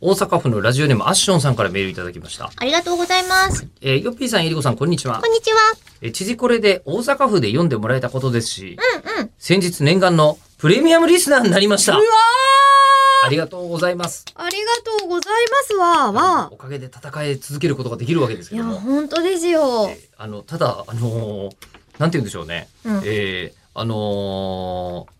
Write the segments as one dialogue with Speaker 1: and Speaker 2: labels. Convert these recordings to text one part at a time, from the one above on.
Speaker 1: 大阪府のラジオネームアッションさんからメールいただきました。
Speaker 2: ありがとうございます。
Speaker 1: えー、ヨッピーさん、えりこさん、こんにちは
Speaker 2: こ。んにちは。
Speaker 1: えー、知事これで大阪府で読んでもらえたことですし、
Speaker 2: うんうん。
Speaker 1: 先日念願のプレミアムリスナーになりました。ありがとうございます。
Speaker 2: ありがとうございますわ、わ。
Speaker 1: おかげで戦い続けることができるわけです
Speaker 2: い
Speaker 1: けど
Speaker 2: や、
Speaker 1: も、
Speaker 2: 本当ですよ。
Speaker 1: あの、ただ、あのーなんて言うんでしょうね。
Speaker 2: うん
Speaker 1: えーあのー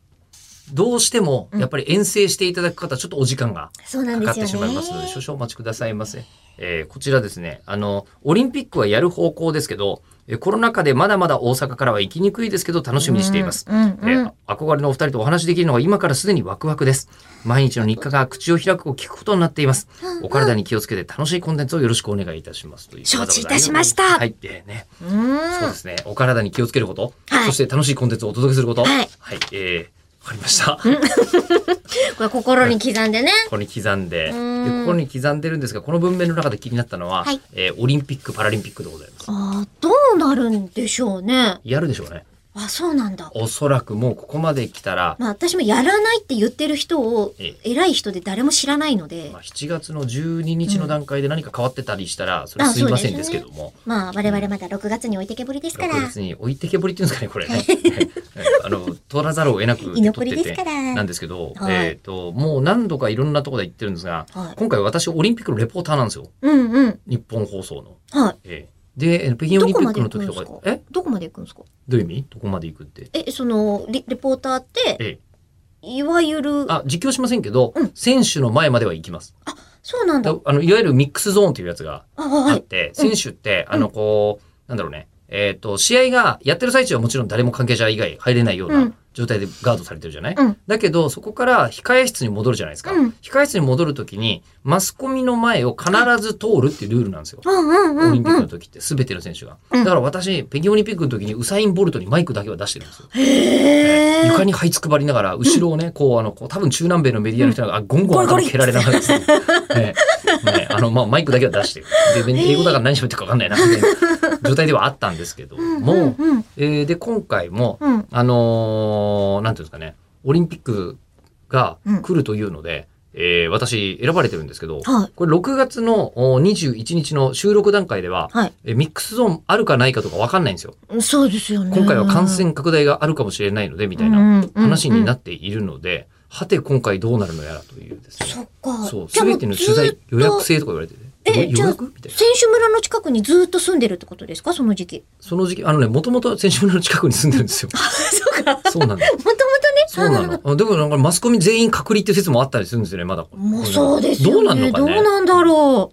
Speaker 1: どうしても、やっぱり遠征していただく方、ちょっとお時間が
Speaker 2: そうなん
Speaker 1: か
Speaker 2: で
Speaker 1: かっ
Speaker 2: すよ
Speaker 1: て
Speaker 2: ね。
Speaker 1: しまいますので、少々お待ちくださいませ。えーこちらですね、あの、オリンピックはやる方向ですけど、えーコロナ禍でまだまだ大阪からは行きにくいですけど、楽しみにしています。
Speaker 2: うんうんうん
Speaker 1: えー憧れのお二人とお話しできるのが今からすでにワクワクです。毎日の日課が口を開くを聞くことになっています。お体に気をつけて楽しいコンテンツをよろしくお願いいたします。という
Speaker 2: 承知いたしました
Speaker 1: はい、えーね。
Speaker 2: う
Speaker 1: そうで
Speaker 2: ん。
Speaker 1: すね。お体に気をつけること、
Speaker 2: はい
Speaker 1: そして楽しいコンテンツをお届けすること。
Speaker 2: はい
Speaker 1: えー、わかりました。
Speaker 2: これ心に刻んでね。
Speaker 1: ここに刻んでで、
Speaker 2: うん
Speaker 1: ここに刻んでるんですが、この文面の中で気になったのは、
Speaker 2: はい
Speaker 1: えーオリンピック・パラリンピックでございます。
Speaker 2: あーどうなるんでしょうね。
Speaker 1: やるでしょうね。
Speaker 2: あ、そうなんだ。
Speaker 1: おそらくもうここまで来たら、
Speaker 2: まあ私もやらないって言ってる人を
Speaker 1: え、
Speaker 2: 偉い人で誰も知らないので
Speaker 1: まあ、、7月の12日の段階で何か変わってたりしたら、それはすいませんですけども。
Speaker 2: まあ我々まだ6月に置いてけぼりですから、
Speaker 1: 6月に置いてけぼりっていうんですかね、これね。 はいあの、取らざるを得な く
Speaker 2: 居残
Speaker 1: 取
Speaker 2: り
Speaker 1: って
Speaker 2: です
Speaker 1: て
Speaker 2: か。ら。
Speaker 1: なんですけど、
Speaker 2: はい
Speaker 1: えっ、と、もう何度かいろんなところで言ってるんですが、
Speaker 2: はい
Speaker 1: 今回私オリンピックのレポーターなんですよ。
Speaker 2: うんうん。
Speaker 1: 日本放送の。
Speaker 2: はい。
Speaker 1: ええで、え北京オリンピックの時とか、
Speaker 2: どこまで行くん
Speaker 1: え
Speaker 2: どこまで行くんですか
Speaker 1: どういう意味どこまで行くって。
Speaker 2: え、その、リレポーターって、
Speaker 1: ええ、
Speaker 2: いわゆる、
Speaker 1: あ、実況しませんけど、
Speaker 2: うん
Speaker 1: 選手の前までは行きます。
Speaker 2: そうなんだ。
Speaker 1: だあの、いわゆるミックスゾーンというやつがあ
Speaker 2: あ、は
Speaker 1: っ
Speaker 2: い。
Speaker 1: て、
Speaker 2: うん
Speaker 1: 選手って、あの、こう、なんだろうね、えっ、と、試合がやってる最中はもちろん誰も関係者以外入れないよう
Speaker 2: う
Speaker 1: なん状態でガードされてるじゃない、
Speaker 2: うん
Speaker 1: だけど、そこから控え室に戻るじゃないですか。
Speaker 2: うん
Speaker 1: 控え室に戻るときに、マスコミの前を必ず通るっていうルールなんですよ。
Speaker 2: うんうん
Speaker 1: オ
Speaker 2: う
Speaker 1: リン
Speaker 2: ん
Speaker 1: ピッ
Speaker 2: う
Speaker 1: クの
Speaker 2: ん。
Speaker 1: 時って全ての選手が。
Speaker 2: うん
Speaker 1: だから私、北京オリンピックの時にウサイン・ボルトにマイクだけは出してるんですよ。
Speaker 2: へー
Speaker 1: 床に這いつくばりながら、後ろをね、こう、あの、こう多分中南米のメディアの人が、あゴンゴン
Speaker 2: ゴリゴリ
Speaker 1: 頭蹴られながらですね、ねねあの、まあ、マイクだけは出してる。で、英語だから何喋ってるか分かんないな、みたいな状態ではあったんですけど、
Speaker 2: うん
Speaker 1: もう、
Speaker 2: うんうん
Speaker 1: えーで、今回も、
Speaker 2: うん。
Speaker 1: あのーなんていうんですかね、オリンピックが
Speaker 2: うん
Speaker 1: 来るというので、えー私、選ばれてるんですけど、
Speaker 2: はい。
Speaker 1: これ6月のお21日の収録段階では、
Speaker 2: はい
Speaker 1: えミックスゾーンあるかないかとか分かんないんですよ。
Speaker 2: うんそうですよね。
Speaker 1: 今回は感染拡大があるかもしれないので、み
Speaker 2: み
Speaker 1: たいな話に
Speaker 2: っ
Speaker 1: なっているので、はて今回どうなるのやらというです
Speaker 2: そ
Speaker 1: ね。
Speaker 2: っか。
Speaker 1: そう、
Speaker 2: じ
Speaker 1: す
Speaker 2: ゃあも
Speaker 1: べ
Speaker 2: う
Speaker 1: ての取
Speaker 2: ず
Speaker 1: 材
Speaker 2: っと
Speaker 1: 予約制とか言われてて。
Speaker 2: え
Speaker 1: 予
Speaker 2: じゃあ
Speaker 1: 約みたいな。
Speaker 2: 選手村の近くにずっと住んでるってことですかその 時期。
Speaker 1: その時期、あのね、もともと選手村の近くに住んでるん ですよ。
Speaker 2: そうか。も
Speaker 1: そうなんだ。
Speaker 2: ともとね。
Speaker 1: そうなの。あでもなんかマスコミ全員隔離っていう説もあったりするんですよね、まだ。
Speaker 2: もうそうですよね。
Speaker 1: どうなんのかね。
Speaker 2: どうなんだろ